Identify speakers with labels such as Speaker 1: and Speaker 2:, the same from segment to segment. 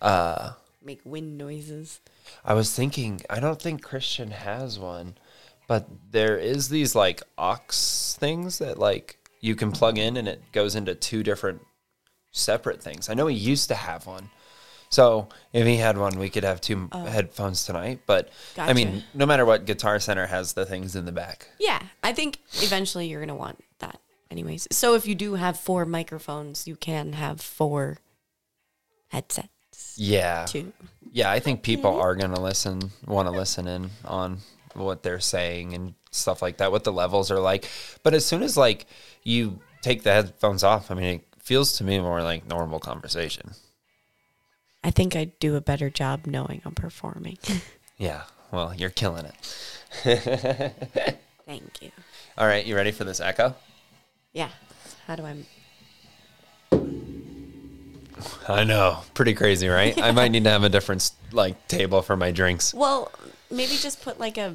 Speaker 1: Uh,
Speaker 2: Make wind noises.
Speaker 1: I was thinking, I don't think Christian has one, but there is these like aux things that like you can plug in and it goes into two different separate things. I know he used to have one. So if he had one, we could have two headphones tonight. But I mean,
Speaker 2: Gotcha.
Speaker 1: no matter what, Guitar Center has the things in the back.
Speaker 2: Yeah, I think eventually you're going to want that. Anyways, so if you do have four microphones, you can have four headsets
Speaker 1: Yeah.
Speaker 2: too.
Speaker 1: Yeah, I think people are going to listen, want to listen in on what they're saying and stuff like that, what the levels are like. But as soon as like you take the headphones off, I mean, it feels to me more like normal conversation.
Speaker 2: I think I'd do a better job knowing I'm performing.
Speaker 1: Yeah. Well, you're killing it.
Speaker 2: Thank you.
Speaker 1: All right, you ready for this echo?
Speaker 2: Yeah. How do I?
Speaker 1: I know. Pretty crazy, right? I might need to have a different like table for my drinks.
Speaker 2: Well, maybe just put like a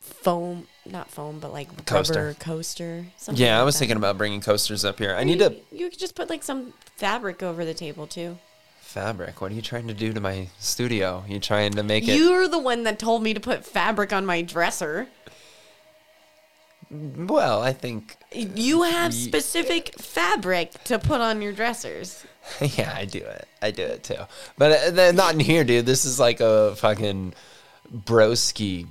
Speaker 2: foam, not foam, but like
Speaker 1: Coaster.
Speaker 2: rubber coaster. Something
Speaker 1: Yeah, I
Speaker 2: like
Speaker 1: was
Speaker 2: that.
Speaker 1: thinking about bringing coasters up here. I need a
Speaker 2: You could just put like some fabric over the table too.
Speaker 1: fabric. What are you trying to do to my studio? You trying to make it
Speaker 2: You're the one that told me to put fabric on my dresser.
Speaker 1: Well, I think
Speaker 2: You have specific fabric to put on your dressers.
Speaker 1: yeah, I do it. I do it too. But uh, they're not in here, dude. This is like a fucking broski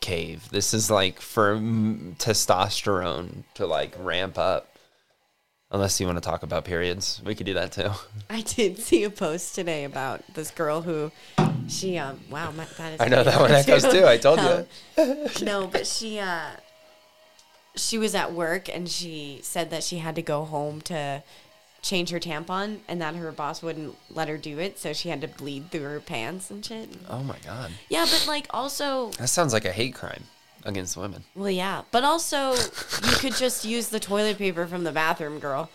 Speaker 1: cave. This is like for mm, testosterone to like ramp up. Unless you want to talk about periods, we could do that too.
Speaker 2: I did see a post today about this girl who she um wow my, that is
Speaker 1: I know that one echoes too. I told you.
Speaker 2: you. no, but she uh she was at work and she said that she had to go home to change her tampon and that her boss wouldn't let her do it, so she had to bleed through her pants and shit.
Speaker 1: Oh my god,
Speaker 2: Yeah, but like also
Speaker 1: that sounds like a hate crime against women.
Speaker 2: Well, yeah, but also you could just use the toilet paper from the bathroom, girl.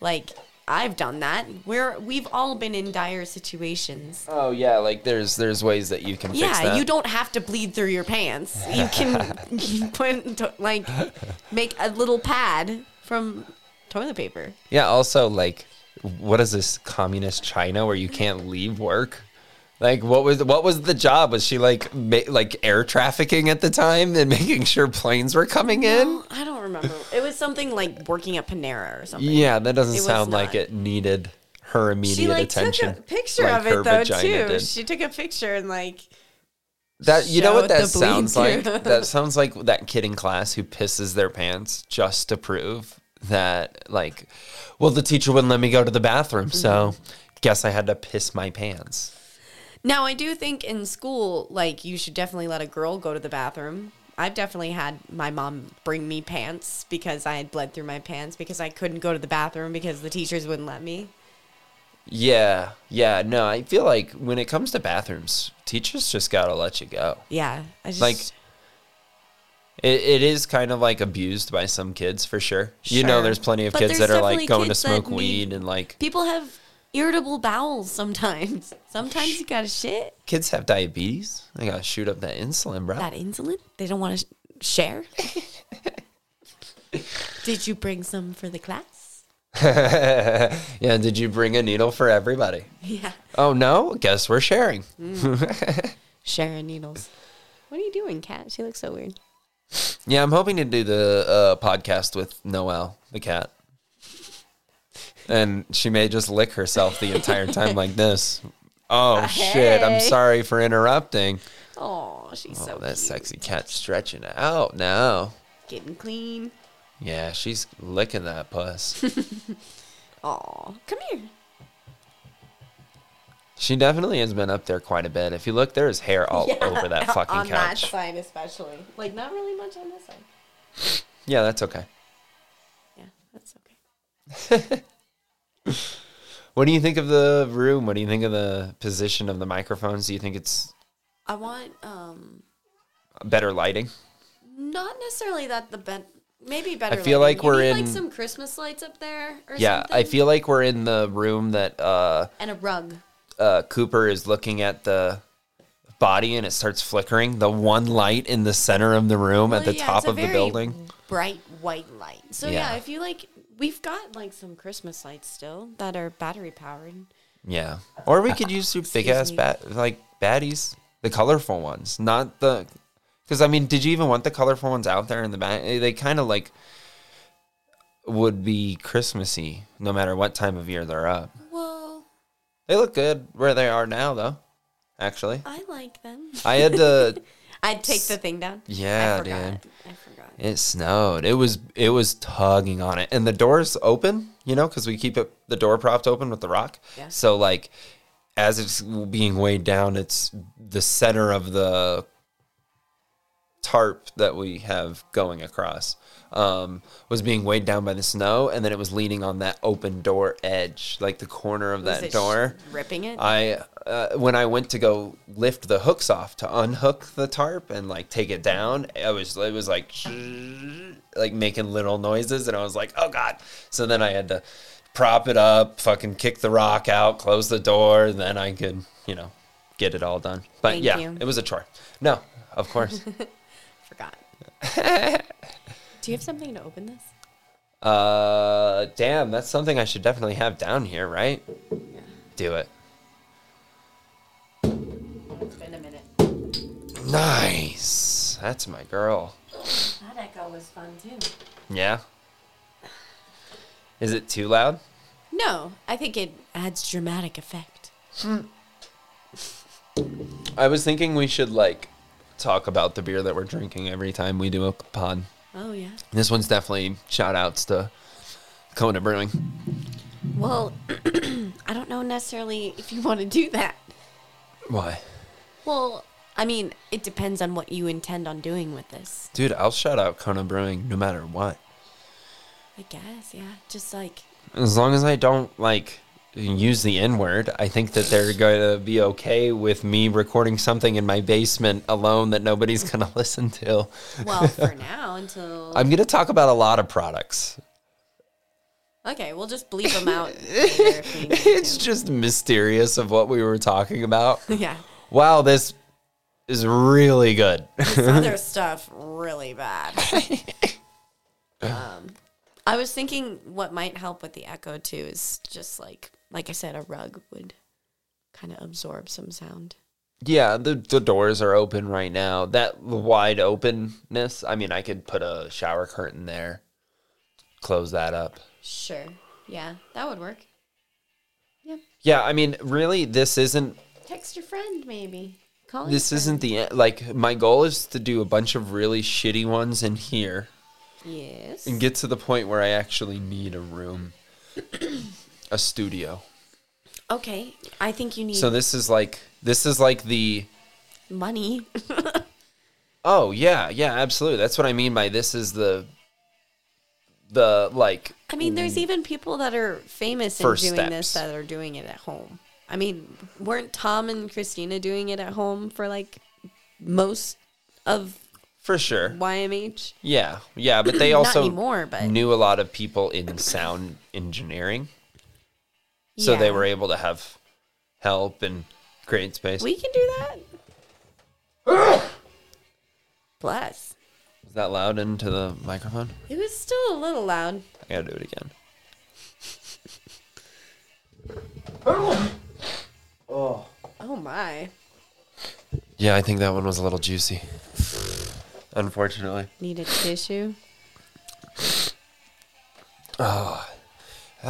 Speaker 2: Like I've done that. We're we've all been in dire situations.
Speaker 1: Oh yeah, like there's there's ways that you can fix
Speaker 2: Yeah,
Speaker 1: that.
Speaker 2: you don't have to bleed through your pants. You can you put to- like make a little pad from toilet paper.
Speaker 1: Yeah, also like what is this communist China where you can't leave work? Like what was what was the job? Was she like ma- like air trafficking at the time and making sure planes were coming in?
Speaker 2: I don't remember. It was something like working at Panera or something.
Speaker 1: Yeah, that doesn't
Speaker 2: It was
Speaker 1: sound like
Speaker 2: not.
Speaker 1: it needed her immediate
Speaker 2: She like
Speaker 1: attention.
Speaker 2: took a picture
Speaker 1: like
Speaker 2: of
Speaker 1: her
Speaker 2: it though
Speaker 1: vagina
Speaker 2: too.
Speaker 1: did.
Speaker 2: She took a picture and like
Speaker 1: that you know what
Speaker 2: showed
Speaker 1: that
Speaker 2: the bleed
Speaker 1: sounds like?
Speaker 2: through.
Speaker 1: that sounds like that kid in class who pisses their pants just to prove that like well the teacher wouldn't let me go to the bathroom, so
Speaker 2: Mm-hmm.
Speaker 1: guess I had to piss my pants.
Speaker 2: Now, I do think in school, like, you should definitely let a girl go to the bathroom. I've definitely had my mom bring me pants because I had bled through my pants because I couldn't go to the bathroom because the teachers wouldn't let me.
Speaker 1: Yeah, yeah. No, I feel like when it comes to bathrooms, teachers just gotta let you go.
Speaker 2: Yeah. I just,
Speaker 1: Like, It, it is kind of like abused by some kids for sure. You know,
Speaker 2: Sure.
Speaker 1: there's plenty of
Speaker 2: But
Speaker 1: kids
Speaker 2: there's
Speaker 1: that are like
Speaker 2: definitely
Speaker 1: going to
Speaker 2: kids that
Speaker 1: smoke
Speaker 2: need-
Speaker 1: weed and like
Speaker 2: people have irritable bowels sometimes. Sometimes you gotta shit.
Speaker 1: kids have diabetes. They gotta shoot up that insulin, bro.
Speaker 2: That insulin, they don't wanna sh- share. Did you bring some for the class?
Speaker 1: yeah. Did you bring a needle for everybody?
Speaker 2: Yeah.
Speaker 1: Oh no, guess we're sharing.
Speaker 2: Sharing needles. What are you doing, Kat? She looks so weird.
Speaker 1: Yeah, I'm hoping to do the uh, podcast with Noelle, the cat. And she may just lick herself the entire time like this. Oh shit, I'm
Speaker 2: Uh, Hey.
Speaker 1: sorry for interrupting.
Speaker 2: Oh, she's so
Speaker 1: Oh, that
Speaker 2: cute.
Speaker 1: sexy cat stretching out now.
Speaker 2: Getting clean.
Speaker 1: Yeah, she's licking that puss.
Speaker 2: Oh, come here.
Speaker 1: she definitely has been up there quite a bit. If you look, there is hair all over that fucking
Speaker 2: on that
Speaker 1: couch.
Speaker 2: side especially. Like not really much on this side.
Speaker 1: Yeah, that's okay.
Speaker 2: Yeah, that's okay.
Speaker 1: What do you think of the room? What do you think of the position of the microphones? Do you think it's
Speaker 2: I want um
Speaker 1: better lighting?
Speaker 2: not necessarily that the bed maybe better.
Speaker 1: feel
Speaker 2: lighting.
Speaker 1: like
Speaker 2: You
Speaker 1: we're
Speaker 2: need,
Speaker 1: in-
Speaker 2: like some Christmas lights up there or
Speaker 1: Yeah,
Speaker 2: something.
Speaker 1: I feel like we're in the room that uh,
Speaker 2: and a rug.
Speaker 1: uh, Cooper is looking at the body and it starts flickering. The one light in the center of the room at
Speaker 2: Well,
Speaker 1: the
Speaker 2: yeah,
Speaker 1: top
Speaker 2: it's a
Speaker 1: of the
Speaker 2: very
Speaker 1: building.
Speaker 2: Bright white light. So yeah.
Speaker 1: Yeah.
Speaker 2: I feel like we've got like some Christmas lights still that are battery powered.
Speaker 1: Yeah. Or we could use your big ass
Speaker 2: me.
Speaker 1: bat like baddies, the colorful ones, not the. Because I mean, did you even want the colorful ones out there in the back? Eh, They kind of like would be Christmassy, no matter what time of year they're up.
Speaker 2: Well,
Speaker 1: They look good where they are now, though. Actually,
Speaker 2: I like them.
Speaker 1: I had to.
Speaker 2: I'd take the thing down.
Speaker 1: Yeah,
Speaker 2: I forgot.
Speaker 1: dude.
Speaker 2: I forgot.
Speaker 1: It snowed. It was it was tugging on it, and the door's open, you know, because we keep it the door propped open with the rock.
Speaker 2: Yeah.
Speaker 1: So like, as it's being weighed down, it's the center of the tarp that we have going across um, was being weighed down by the snow, and then it was leaning on that open door edge, like the corner of
Speaker 2: Was
Speaker 1: that
Speaker 2: it sh-
Speaker 1: door.
Speaker 2: ripping it.
Speaker 1: I uh, when I went to go lift the hooks off to unhook the tarp and like take it down, I was it was like like making little noises, and I was like, oh god. So then I had to prop it up, fucking kick the rock out, close the door, and then I could you know get it all done. But
Speaker 2: Thank
Speaker 1: yeah,
Speaker 2: you.
Speaker 1: it was a chore. No, of course.
Speaker 2: forgot. Do you have something to open this?
Speaker 1: uh, damn, that's something I should definitely have down here, right? Do it.
Speaker 2: It's been a minute.
Speaker 1: Nice. That's my girl.
Speaker 2: That echo was fun too.
Speaker 1: Yeah. Is it too loud?
Speaker 2: No, I think it adds dramatic effect.
Speaker 1: I was thinking we should like talk about the beer that we're drinking every time we do a pod.
Speaker 2: Oh yeah.
Speaker 1: This one's definitely shout outs to Kona Brewing.
Speaker 2: Well, I don't know necessarily if you want to do that.
Speaker 1: Why?
Speaker 2: Well, I mean, it depends on what you intend on doing with this.
Speaker 1: Dude, I'll shout out Kona Brewing no matter what.
Speaker 2: I guess, yeah. Just like
Speaker 1: As long as I don't like use the N word, I think that they're going to be okay with me recording something in my basement alone that nobody's going to listen to.
Speaker 2: well, for now until
Speaker 1: I'm going to talk about a lot of products.
Speaker 2: Okay, we'll just bleep them out. later if we need to.
Speaker 1: It's just mysterious of what we were talking about.
Speaker 2: yeah.
Speaker 1: wow, this is really good.
Speaker 2: This other stuff really bad. um, I was thinking what might help with the echo too is just like like I said, a rug would kind of absorb some sound.
Speaker 1: yeah, the, the doors are open right now. That wide openness, I mean, I could put a shower curtain there, close that up.
Speaker 2: Sure. Yeah, that would work. Yep.
Speaker 1: Yeah, I mean, really, this isn't
Speaker 2: Text your friend maybe. Call
Speaker 1: this isn't the end. like my goal is to do a bunch of really shitty ones in here
Speaker 2: Yes.
Speaker 1: and get to the point where I actually need a room, a studio.
Speaker 2: Okay. I think you need
Speaker 1: So this is like this is like the
Speaker 2: money.
Speaker 1: Oh yeah, yeah, absolutely. That's what I mean by this is the the like
Speaker 2: I mean, there's even people that are famous in
Speaker 1: Mm. First
Speaker 2: doing this
Speaker 1: steps.
Speaker 2: that are doing it at home. I mean, weren't Tom and Christina doing it at home for like most of
Speaker 1: for sure.
Speaker 2: YMH?
Speaker 1: Yeah. Yeah, but they
Speaker 2: Not
Speaker 1: also
Speaker 2: anymore, but-
Speaker 1: knew a lot of people in sound engineering. So
Speaker 2: Yeah.
Speaker 1: they were able to have help and create space.
Speaker 2: We can do that. Bless.
Speaker 1: Is that loud into the microphone?
Speaker 2: It was still a little loud.
Speaker 1: I gotta do it again.
Speaker 2: Oh my.
Speaker 1: Yeah, I think that one was a little juicy. Unfortunately.
Speaker 2: Need a tissue?
Speaker 1: How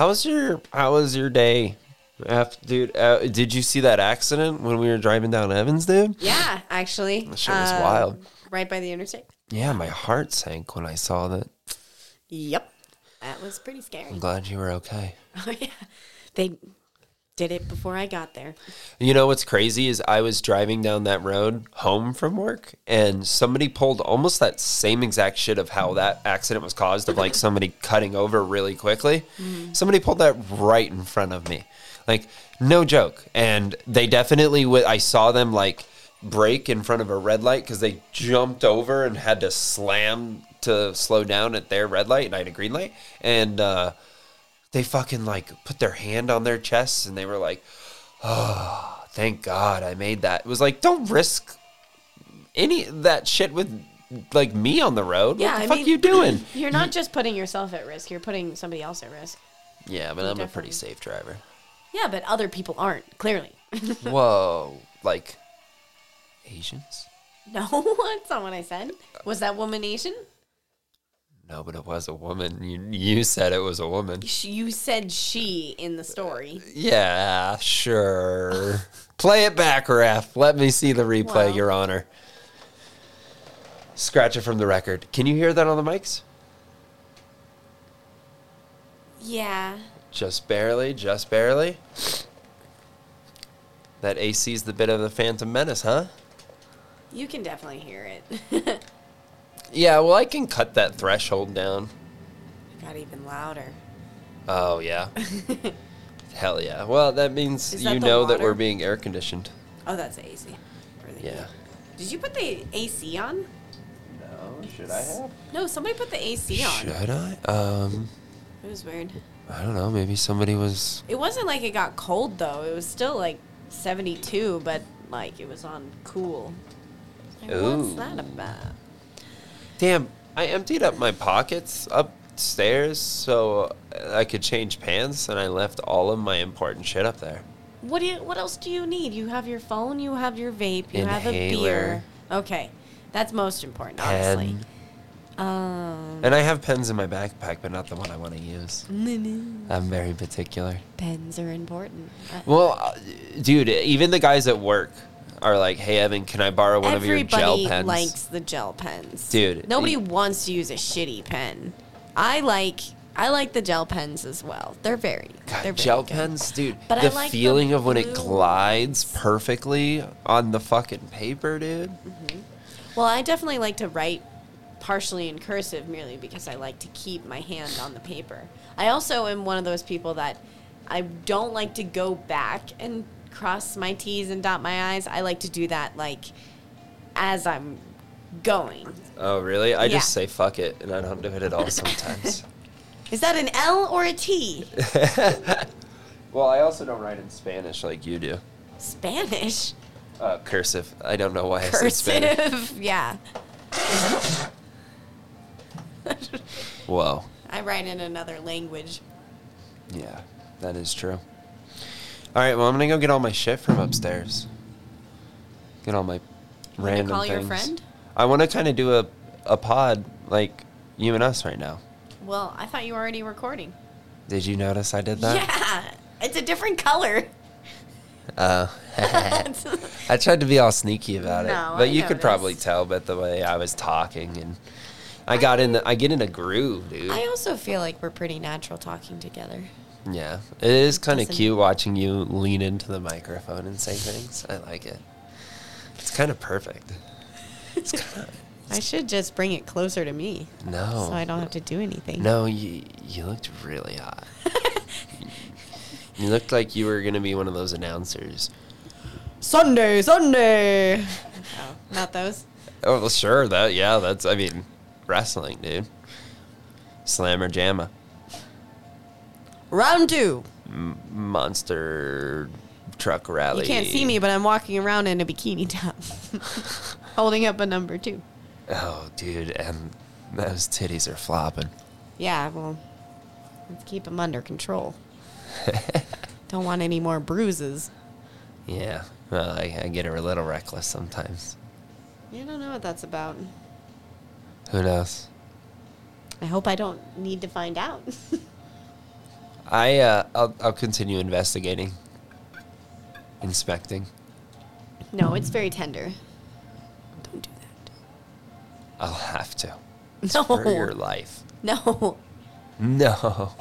Speaker 1: was your How was your day, Af- dude? Uh, did you see that accident when we were driving down Evans, dude?
Speaker 2: Yeah, actually. That
Speaker 1: shit was wild.
Speaker 2: Right by the interstate?
Speaker 1: Yeah, my heart sank when I saw that.
Speaker 2: Yep. That was pretty
Speaker 1: I'm
Speaker 2: scary.
Speaker 1: glad you were okay.
Speaker 2: Oh, yeah. They did it before I got there.
Speaker 1: You know what's crazy is I was driving down that road home from work, and somebody pulled almost that same exact shit of how that accident was caused of like somebody cutting over really quickly. Somebody pulled that right in front of me, like no joke. And they definitely, w- I saw them like brake in front of a red light because they jumped over and had to slam to slow down at their red light, and I had a green light, and uh, they fucking like put their hand on their chest and they were like "Oh, thank God I made that. It was like, don't risk any of that shit with like me on the road.
Speaker 2: Yeah,
Speaker 1: what the
Speaker 2: I
Speaker 1: fuck
Speaker 2: mean-
Speaker 1: you doing?
Speaker 2: You're not just putting yourself at risk, you're putting somebody else at risk.
Speaker 1: yeah, but I'm a
Speaker 2: Definitely.
Speaker 1: pretty safe driver.
Speaker 2: Yeah, but other people aren't, clearly.
Speaker 1: Whoa. Like Asians?
Speaker 2: no, that's not what I said. Was that woman Asian?
Speaker 1: No, but it was a woman. You you said it was a woman.
Speaker 2: Sh- You said she in the story.
Speaker 1: Yeah, sure. Play it back, ref. Let me see the replay,
Speaker 2: Well.
Speaker 1: Your Honor. Scratch it from the record. Can you hear that on the mics?
Speaker 2: Yeah.
Speaker 1: Just barely, just barely. That AC's the bit of the Phantom Menace, huh?
Speaker 2: You can definitely hear it.
Speaker 1: Yeah, well, I can cut that threshold down.
Speaker 2: Got even louder.
Speaker 1: Oh, yeah. Hell yeah. Well, that means
Speaker 2: Is that
Speaker 1: you
Speaker 2: the
Speaker 1: know that
Speaker 2: water?
Speaker 1: we're being air conditioned.
Speaker 2: Oh, that's the AC. Or the
Speaker 1: Yeah.
Speaker 2: heat. Did you put the AC on?
Speaker 1: No, should I have?
Speaker 2: No, somebody put the AC on.
Speaker 1: Should I? Um,
Speaker 2: It was weird.
Speaker 1: I don't know. Maybe somebody was
Speaker 2: It wasn't like it got cold though. It was still like 72, but like it was on cool. Like,
Speaker 1: Ooh.
Speaker 2: What's that about?
Speaker 1: Damn, I emptied up my pockets upstairs so I could change pants, and I left all of my important shit up there.
Speaker 2: What do you, what else do you need? You have your phone, you have your vape, you have a
Speaker 1: Inhaler.
Speaker 2: beer. Okay. That's most important, honestly. Um
Speaker 1: And I have pens in my backpack, but not the one I want to use. I'm very particular.
Speaker 2: mm, pens are important. Uh,
Speaker 1: Well, uh, dude, even the guys at work are like, "Hey, Evan, can I borrow one of your gel
Speaker 2: Everybody
Speaker 1: pens?"
Speaker 2: likes the gel pens,
Speaker 1: Dude,
Speaker 2: Nobody
Speaker 1: you-
Speaker 2: wants to use a shitty pen. I like I like the gel pens as well. They're very
Speaker 1: God,
Speaker 2: they're very
Speaker 1: gel
Speaker 2: good.
Speaker 1: pens, dude.
Speaker 2: But I
Speaker 1: the
Speaker 2: like the
Speaker 1: feeling of when it
Speaker 2: blue
Speaker 1: glides perfectly on the fucking paper, dude.
Speaker 2: Well, I definitely like to write partially in cursive merely because I like to keep my hand on the paper. I also am one of those people that I don't like to go back and cross my T's and dot my I's. I like to do that like as I'm going.
Speaker 1: Oh, really? I just
Speaker 2: Yeah.
Speaker 1: say fuck it, and I don't do it at all sometimes.
Speaker 2: Is that an L or a T?
Speaker 1: Well, I also don't write in Spanish like you do.
Speaker 2: Spanish.
Speaker 1: Uh, cursive. I don't know why I said Spanish.
Speaker 2: cursive. yeah.
Speaker 1: Whoa.
Speaker 2: I write in another language.
Speaker 1: Yeah, that is true. All right. Well, I'm gonna go get all my shit from upstairs. Get all my
Speaker 2: wanna
Speaker 1: random
Speaker 2: call your
Speaker 1: things.
Speaker 2: friend?
Speaker 1: I want to kind of do a a pod like you and us right now.
Speaker 2: Well, I thought you were already recording.
Speaker 1: Did you notice I did that?
Speaker 2: yeah. It's a different color.
Speaker 1: Uh, I tried to be all sneaky about it,
Speaker 2: No,
Speaker 1: but
Speaker 2: I
Speaker 1: you could probably
Speaker 2: noticed.
Speaker 1: tell by the way I was talking and I got in the I get in a groove, dude.
Speaker 2: I also feel like we're pretty natural talking together.
Speaker 1: Yeah, it is kind of
Speaker 2: doesn't-
Speaker 1: cute watching you lean into the microphone and say things. I like it. It's kind of perfect. It's kind
Speaker 2: I should just bring it closer to me
Speaker 1: of no,
Speaker 2: so I don't have to do anything.
Speaker 1: no. You you looked really hot. you looked like you were gonna be one of those announcers.
Speaker 2: Sunday, Sunday. Oh, not those.
Speaker 1: Oh, well, sure. That yeah. That's I mean, wrestling, dude. Slammer jamma,
Speaker 2: Round two.
Speaker 1: monster truck rally.
Speaker 2: You can't see me, but I'm walking around in a bikini top, holding up a number two.
Speaker 1: Oh, dude, and those titties are flopping.
Speaker 2: Yeah, well, let's keep them under control. Don't want any more bruises.
Speaker 1: Yeah. Well, I, I get a little reckless sometimes.
Speaker 2: You don't know what that's about.
Speaker 1: Who knows?
Speaker 2: I hope I don't need to find out.
Speaker 1: I uh, I'll, I'll continue investigating, inspecting.
Speaker 2: no, it's very tender. Don't do that.
Speaker 1: I'll have to
Speaker 2: no.
Speaker 1: for your life.
Speaker 2: No.
Speaker 1: No.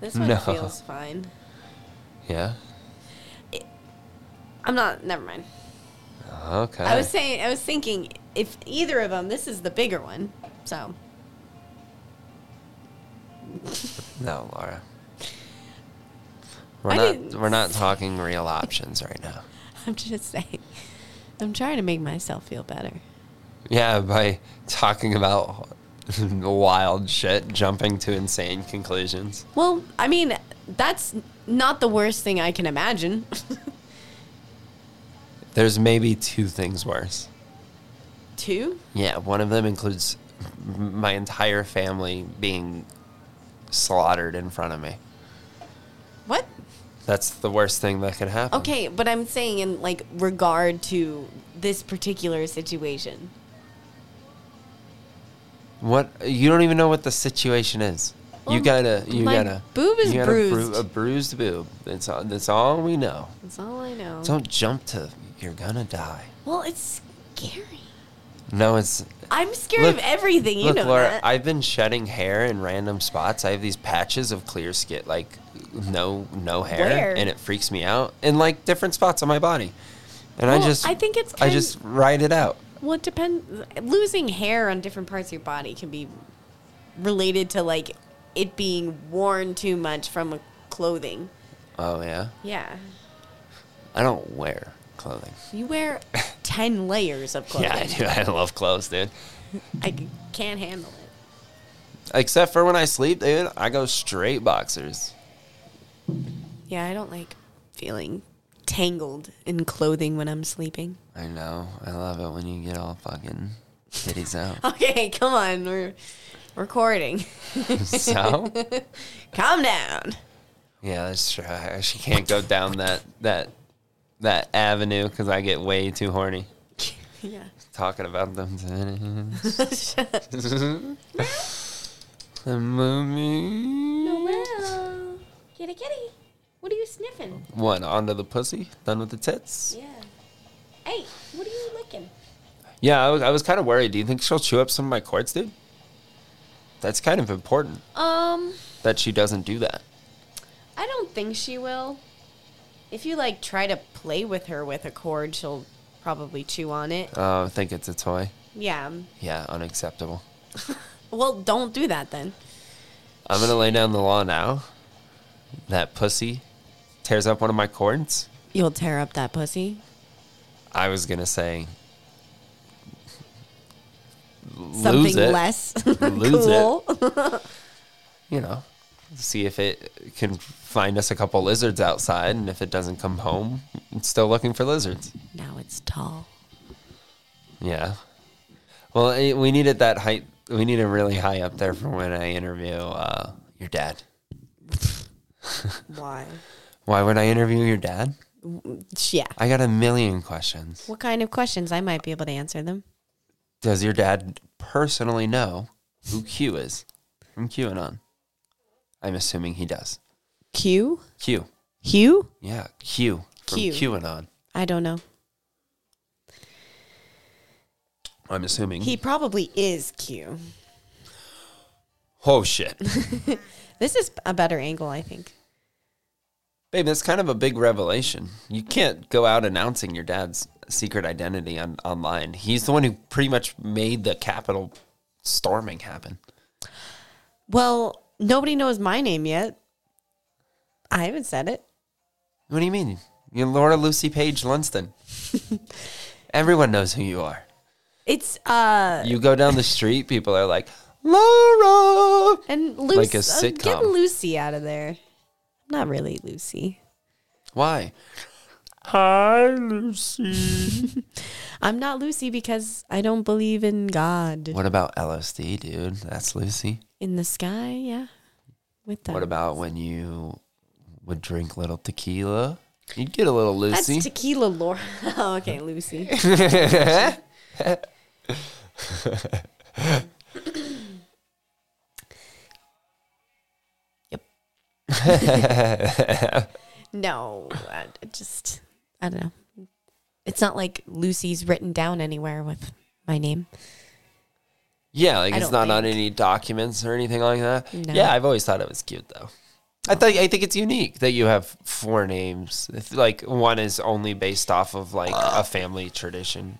Speaker 2: This one
Speaker 1: No.
Speaker 2: feels fine.
Speaker 1: Yeah.
Speaker 2: I'm not. Never mind.
Speaker 1: Okay.
Speaker 2: I was saying. I was thinking if either of them. This is the bigger one. So
Speaker 1: no, Laura. We're
Speaker 2: I
Speaker 1: not
Speaker 2: didn't
Speaker 1: we're not talking real options right now.
Speaker 2: I'm just saying. I'm trying to make myself feel better.
Speaker 1: Yeah, by talking about wild shit, jumping to insane conclusions.
Speaker 2: Well, I mean, that's not the worst thing I can imagine.
Speaker 1: There's maybe two things worse.
Speaker 2: Two.
Speaker 1: Yeah, one of them includes m- my entire family being slaughtered in front of me.
Speaker 2: What?
Speaker 1: That's the worst thing that could happen.
Speaker 2: Okay, but I'm saying in like regard to this particular situation.
Speaker 1: What you don't even know what the situation is. you
Speaker 2: Well,
Speaker 1: gotta, you
Speaker 2: Oh, my
Speaker 1: gotta.
Speaker 2: boob is
Speaker 1: you got a bru-
Speaker 2: bruised.
Speaker 1: A, bruised boob. That's all. That's all we know.
Speaker 2: That's all I know.
Speaker 1: Don't jump to. You're gonna die.
Speaker 2: well, it's scary.
Speaker 1: No, it's.
Speaker 2: I'm scared of
Speaker 1: Look-
Speaker 2: everything. You
Speaker 1: look,
Speaker 2: know
Speaker 1: Laura.
Speaker 2: that.
Speaker 1: I've been shedding hair in random spots. I have these patches of clear skin, like no, no hair,
Speaker 2: Where?
Speaker 1: and it freaks me out. In like different spots on my body, and I
Speaker 2: Well,
Speaker 1: just.
Speaker 2: I think it's
Speaker 1: I
Speaker 2: kind-
Speaker 1: just ride it out.
Speaker 2: well, it depends. Losing hair on different parts of your body can be related to like it being worn too much from a clothing.
Speaker 1: Oh yeah.
Speaker 2: Yeah,
Speaker 1: I don't wear clothing.
Speaker 2: you wear ten layers of clothing.
Speaker 1: Yeah, I do. I love clothes, dude.
Speaker 2: I c- can't handle it.
Speaker 1: Except for when I sleep, dude, I go straight boxers.
Speaker 2: Yeah, I don't like feeling tangled in clothing when I'm sleeping.
Speaker 1: I know. I love it when you get all fucking titties out.
Speaker 2: Okay, come on, we're recording.
Speaker 1: so
Speaker 2: Calm down.
Speaker 1: yeah, that's true. I actually can't go down that that that avenue because I get way too horny
Speaker 2: Yeah.
Speaker 1: talking about them titties. the movie.
Speaker 2: well, kitty kitty, what are you sniffing?
Speaker 1: What onto the pussy? Done with the tits?
Speaker 2: Yeah. Hey, what are you licking?
Speaker 1: Yeah, I was I was kind of worried. Do you think she'll chew up some of my cords, dude? That's kind of important
Speaker 2: Um,
Speaker 1: that she doesn't do that.
Speaker 2: I don't think she will. If you like try to play with her with a cord, she'll probably chew on it.
Speaker 1: Oh, I think it's a toy.
Speaker 2: Yeah.
Speaker 1: Yeah, unacceptable.
Speaker 2: Well, don't do that then.
Speaker 1: I'm gonna lay down the law now. That pussy tears up one of my cords.
Speaker 2: You'll tear up that pussy.
Speaker 1: I was gonna say lose
Speaker 2: Something
Speaker 1: it,
Speaker 2: less
Speaker 1: Lose
Speaker 2: cool.
Speaker 1: You know, see if it can find us a couple lizards outside, and if it doesn't come home, it's still looking for lizards.
Speaker 2: Now it's tall.
Speaker 1: Yeah. Well, eh, we needed that height. We need him really high up there for when I interview uh, your dad.
Speaker 2: Why?
Speaker 1: Why would I interview your dad?
Speaker 2: Yeah.
Speaker 1: I got a million questions.
Speaker 2: What kind of questions? I might be able to answer them.
Speaker 1: Does your dad personally know who Q is from QAnon? I'm assuming he does.
Speaker 2: Q?
Speaker 1: Q.
Speaker 2: Hugh?
Speaker 1: Yeah, Q from
Speaker 2: Q.
Speaker 1: QAnon.
Speaker 2: I don't know.
Speaker 1: I'm assuming.
Speaker 2: He probably is Q.
Speaker 1: oh, shit.
Speaker 2: This is a better angle, I think.
Speaker 1: Babe, that's kind of a big revelation. You can't go out announcing your dad's secret identity on, online. He's the one who pretty much made the Capitol storming happen.
Speaker 2: Well, nobody knows my name yet. I haven't said it.
Speaker 1: What do you mean? You're Laura Lucy Page Lunston. Everyone knows who you are.
Speaker 2: It's uh
Speaker 1: You go down the street, people are like, Laura!
Speaker 2: and Lucy
Speaker 1: a
Speaker 2: get
Speaker 1: sitcom.
Speaker 2: Lucy out of there. Not really Lucy.
Speaker 1: Why? Hi, Lucy.
Speaker 2: I'm not Lucy because I don't believe in God.
Speaker 1: what about LSD, dude? That's Lucy.
Speaker 2: In the sky, yeah. With that.
Speaker 1: What about when you would drink little tequila? You'd get a little
Speaker 2: That's
Speaker 1: Lucy.
Speaker 2: tequila Laura. oh, okay, Lucy. yep. no, I I just I don't know. It's not like Lucy's written down anywhere with my name.
Speaker 1: yeah, like
Speaker 2: I
Speaker 1: it's
Speaker 2: don't
Speaker 1: not on
Speaker 2: think-
Speaker 1: any documents or anything like that.
Speaker 2: No.
Speaker 1: Yeah, I've always thought it was cute though. I think I think it's unique that you have four names. If, like one is only based off of like a family tradition.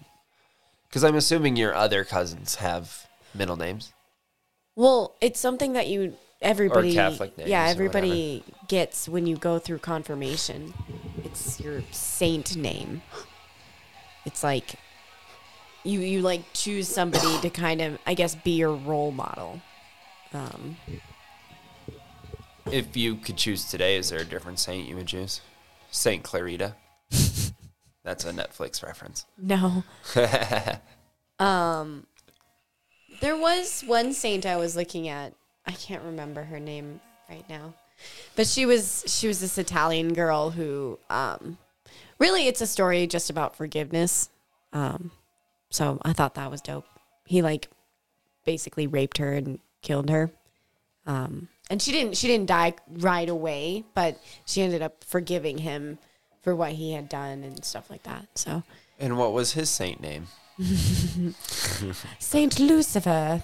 Speaker 1: Because I'm assuming your other cousins have middle names.
Speaker 2: Well, it's something that you everybody
Speaker 1: Catholic names or
Speaker 2: yeah
Speaker 1: whatever.
Speaker 2: everybody gets when you go through confirmation. It's your saint name. It's like you you like choose somebody to kind of I guess be your role model. Um,
Speaker 1: If you could choose today, is there a different saint you would choose? Saint Clarita. That's a Netflix reference.
Speaker 2: no. um, there was one saint I was looking at. I can't remember her name right now. But she was she was this Italian girl who um really it's a story just about forgiveness. Um so I thought that was dope. He like basically raped her and killed her. Um and she didn't she didn't die right away, but she ended up forgiving him for what he had done and stuff like that. So
Speaker 1: And what was his saint name?
Speaker 2: Saint Lucifer.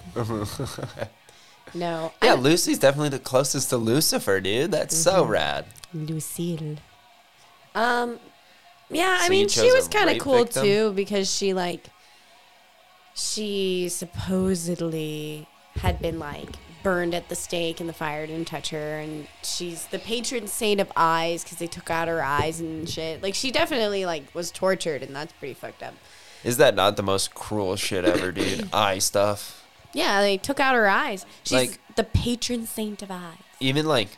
Speaker 2: no,
Speaker 1: Yeah,
Speaker 2: I-
Speaker 1: Lucy's definitely the closest to Lucifer, dude. That's so rad.
Speaker 2: Lucille. Um, yeah, I
Speaker 1: So you
Speaker 2: mean, she
Speaker 1: chose a
Speaker 2: was kind of
Speaker 1: rape
Speaker 2: cool
Speaker 1: victim?
Speaker 2: too because she like she supposedly had been like burned at the stake and the fire didn't touch her and she's the patron saint of eyes because they took out her eyes and shit like she definitely like was tortured and that's pretty fucked up
Speaker 1: Is that not the most cruel shit ever, dude? Eye stuff.
Speaker 2: yeah they took out her eyes she's
Speaker 1: Like-
Speaker 2: the patron saint of eyes
Speaker 1: Even like,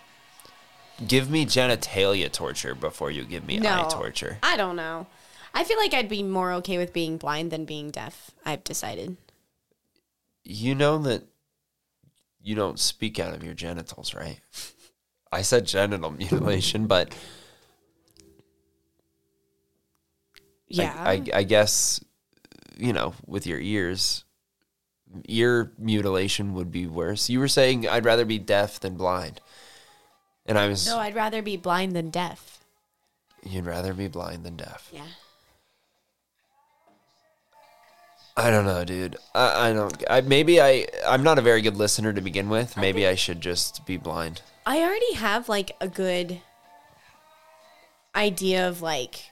Speaker 1: give me genitalia torture before you give me eye torture.
Speaker 2: I don't know. I feel like I'd be more okay with being blind than being deaf. I've decided.
Speaker 1: You know that you don't speak out of your genitals, right? I said genital mutilation, but I-
Speaker 2: Yeah.
Speaker 1: I, I guess, you know, with your ears, ear mutilation would be worse. You were saying I'd rather be deaf than blind. And I was,
Speaker 2: no, I'd rather be blind than deaf.
Speaker 1: you'd rather be blind than deaf.
Speaker 2: Yeah.
Speaker 1: I don't know, dude. I, I don't. I, maybe I. I'm not a very good listener to begin with. Maybe I should just be blind.
Speaker 2: I already have like a good idea of like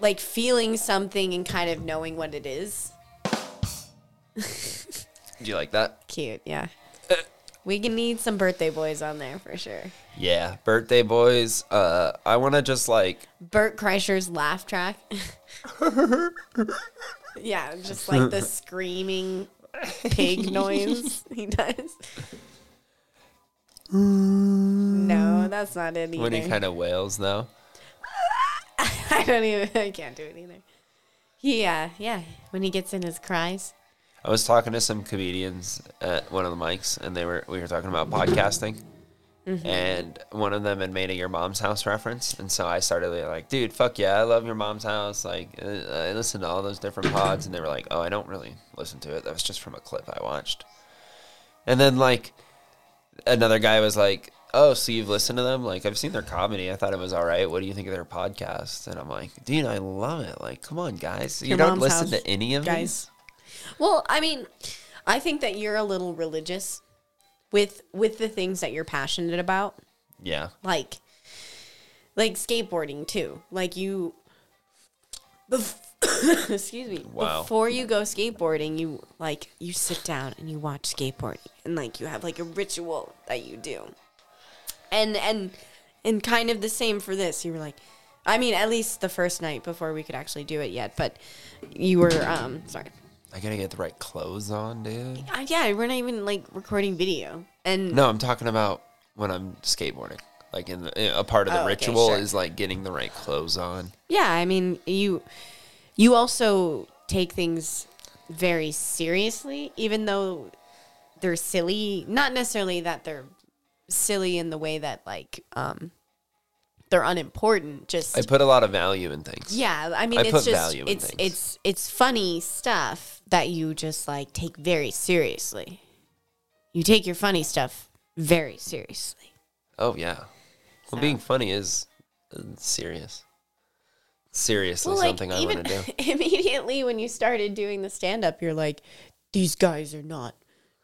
Speaker 2: like feeling something and kind of knowing what it is.
Speaker 1: Do you like that?
Speaker 2: Cute, yeah.
Speaker 1: Uh,
Speaker 2: we can need some birthday boys on there for sure.
Speaker 1: Yeah. Birthday boys. Uh, I want to just like.
Speaker 2: Bert Kreischer's laugh track. yeah, just like the screaming pig noise he does. No, that's not it either.
Speaker 1: When he kind of wails, though.
Speaker 2: I don't even. I can't do it either. Yeah, yeah. When he gets in his cries.
Speaker 1: I was talking to some comedians at one of the mics, and they were we were talking about podcasting,
Speaker 2: Mm-hmm.
Speaker 1: and one of them had made a your mom's house reference, and so I started like, dude, fuck yeah, I love your mom's house. Like, uh, I listen to all those different pods, and they were like, oh, I don't really listen to it. That was just from a clip I watched, and then like another guy was like. Oh, so you've listened to them? Like, I've seen their comedy. I thought it was all right. What do you think of their podcast? And I'm like, dude, I love it. Like, come on, guys. You
Speaker 2: Your
Speaker 1: don't
Speaker 2: Mom's
Speaker 1: listen
Speaker 2: House,
Speaker 1: to any of
Speaker 2: guys. Well, I mean, I think that you're a little religious with with the things that you're passionate about.
Speaker 1: these? Yeah.
Speaker 2: like like skateboarding too like you bef- excuse me
Speaker 1: Wow.
Speaker 2: before you go skateboarding you like you sit down and you watch skateboarding and like you have like a ritual that you do and and and kind of the same for this you were like i mean at least the first night before we could actually do it yet but you were um sorry
Speaker 1: I gotta get the right clothes on, dude.
Speaker 2: uh, yeah we're not even like recording video and
Speaker 1: No, I'm talking about when I'm skateboarding. Like in the, a part of the
Speaker 2: Oh, okay,
Speaker 1: ritual
Speaker 2: sure.
Speaker 1: is like getting the right clothes on.
Speaker 2: Yeah, I mean, you you also take things very seriously, even though they're silly. Not necessarily that they're silly in the way that like um they're unimportant. Just
Speaker 1: I put a lot of value in things.
Speaker 2: yeah, I mean,
Speaker 1: I
Speaker 2: it's
Speaker 1: put
Speaker 2: just
Speaker 1: value in
Speaker 2: it's
Speaker 1: things.
Speaker 2: it's it's funny stuff that you just like take very seriously. You take your funny stuff very seriously.
Speaker 1: Oh yeah. Well, being funny is uh, serious. Seriously, something I want to do.
Speaker 2: immediately when you started doing the stand up, you're like, these guys are not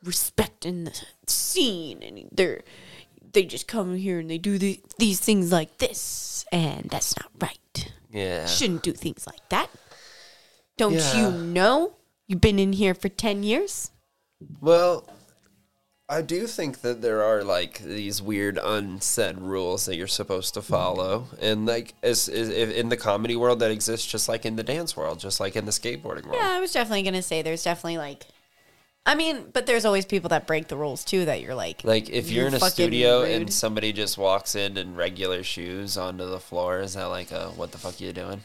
Speaker 2: respecting the scene, and they're they just come here and they do the, these things like this, and that's not right.
Speaker 1: Yeah.
Speaker 2: Shouldn't do things like that. Don't
Speaker 1: Yeah.
Speaker 2: you know? You've been in here for ten years.
Speaker 1: Well, I do think that there are like these weird unsaid rules that you're supposed to follow, and like as, as if in the comedy world that exists, just like in the dance world, just like in the skateboarding world.
Speaker 2: Yeah, I was definitely gonna say there's definitely like. I mean, but there's always people that break the rules too. That you're like,
Speaker 1: Like if
Speaker 2: You
Speaker 1: you're in a
Speaker 2: fucking
Speaker 1: studio and
Speaker 2: rude.
Speaker 1: somebody just walks in in regular shoes onto the floor, is that like a what the fuck you doing?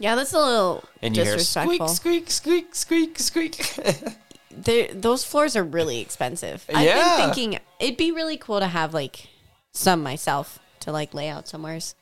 Speaker 2: yeah, that's a little
Speaker 1: And you hear
Speaker 2: disrespectful.
Speaker 1: squeak, squeak, squeak, squeak, squeak.
Speaker 2: they those floors are really expensive.
Speaker 1: Yeah.
Speaker 2: I've been thinking it'd be really cool to have like some myself to like lay out somewheres.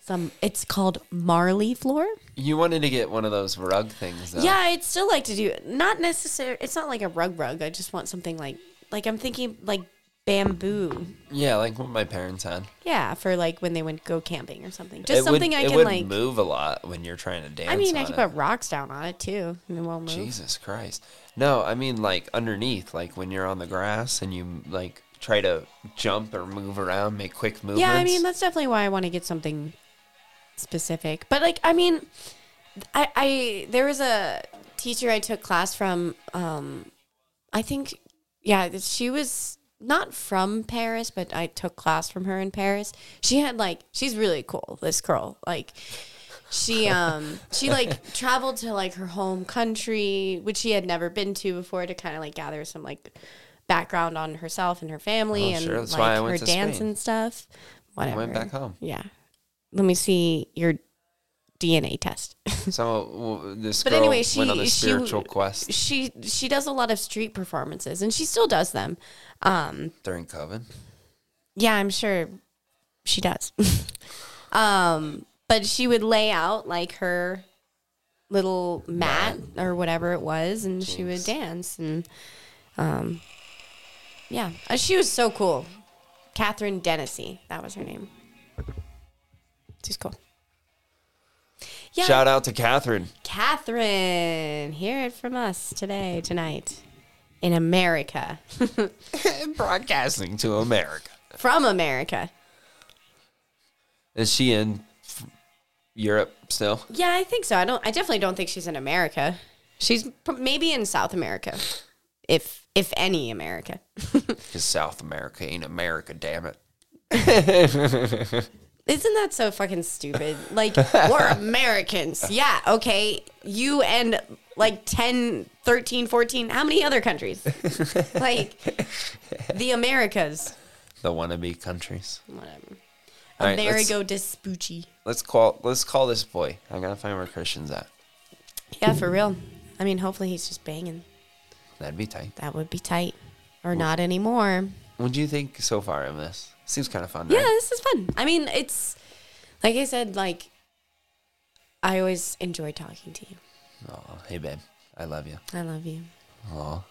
Speaker 2: some it's called Marley floor.
Speaker 1: You wanted to get one of those rug things, though.
Speaker 2: Yeah, I'd still like to do not necessary. It's not like a rug rug. I just want something like like I'm thinking like bamboo.
Speaker 1: Yeah, like what my parents had.
Speaker 2: Yeah, for like when they went go camping or something. Just
Speaker 1: it
Speaker 2: something
Speaker 1: would,
Speaker 2: I
Speaker 1: it
Speaker 2: can
Speaker 1: would
Speaker 2: like.
Speaker 1: move a lot when you're trying to dance.
Speaker 2: I mean, I
Speaker 1: on
Speaker 2: could
Speaker 1: it.
Speaker 2: put rocks down on it too, and it won't move.
Speaker 1: Jesus Christ. No, I mean like underneath, like when you're on the grass and you like try to jump or move around, make quick movements.
Speaker 2: Yeah, I mean that's definitely why I want to get something specific. But like, I mean, I, I there was a teacher I took class from. Um, I think, yeah, that she was not from Paris, but I took class from her in Paris. She had like, she's really cool. This girl, like. She um she like traveled to like her home country, which she had never been to before, to kind of like gather some like background on herself and her family
Speaker 1: Oh,
Speaker 2: and
Speaker 1: sure. That's
Speaker 2: like
Speaker 1: why I went
Speaker 2: her
Speaker 1: to
Speaker 2: dance
Speaker 1: Spain.
Speaker 2: and stuff. Whatever.
Speaker 1: went back home.
Speaker 2: Yeah. Let me see your DNA test.
Speaker 1: So w- this
Speaker 2: But
Speaker 1: girl
Speaker 2: anyway,
Speaker 1: went on a
Speaker 2: she- she-
Speaker 1: spiritual quest
Speaker 2: she she does a lot of street performances and she still does them. Um
Speaker 1: during COVID.
Speaker 2: yeah, I'm sure she does. um but she would lay out like her little mat or whatever it was and she would
Speaker 1: Jeez.
Speaker 2: dance and um yeah, Uh, she was so cool. Catherine Dennessy, that was her name. She's cool. Yeah,
Speaker 1: Shout out to Catherine.
Speaker 2: Catherine, hear it from us today, tonight, in America,
Speaker 1: Broadcasting to America.
Speaker 2: from America.
Speaker 1: Is she in f- Europe still?
Speaker 2: Yeah, I think so. I don't. I definitely don't think she's in America. She's pr- maybe in South America, if if any America.
Speaker 1: Because South America ain't America, damn it.
Speaker 2: Isn't that so fucking stupid? Like we're Americans. Yeah, okay. You and like 10, 13, 14, how many other countries? like the Americas.
Speaker 1: The wannabe countries.
Speaker 2: Whatever.
Speaker 1: All right, let's-
Speaker 2: Amerigo Vespucci.
Speaker 1: Let's call let's call this boy. I gotta find where Christian's at.
Speaker 2: Yeah, for real. I mean, hopefully he's just banging.
Speaker 1: That'd be tight.
Speaker 2: That would be tight. Or not anymore.
Speaker 1: What do you think so far of this? Seems kind of fun.
Speaker 2: Yeah,
Speaker 1: right?
Speaker 2: this is fun. I mean, it's like I said, like I always enjoy talking to you.
Speaker 1: Oh, hey babe, I love you.
Speaker 2: I love you.
Speaker 1: Oh,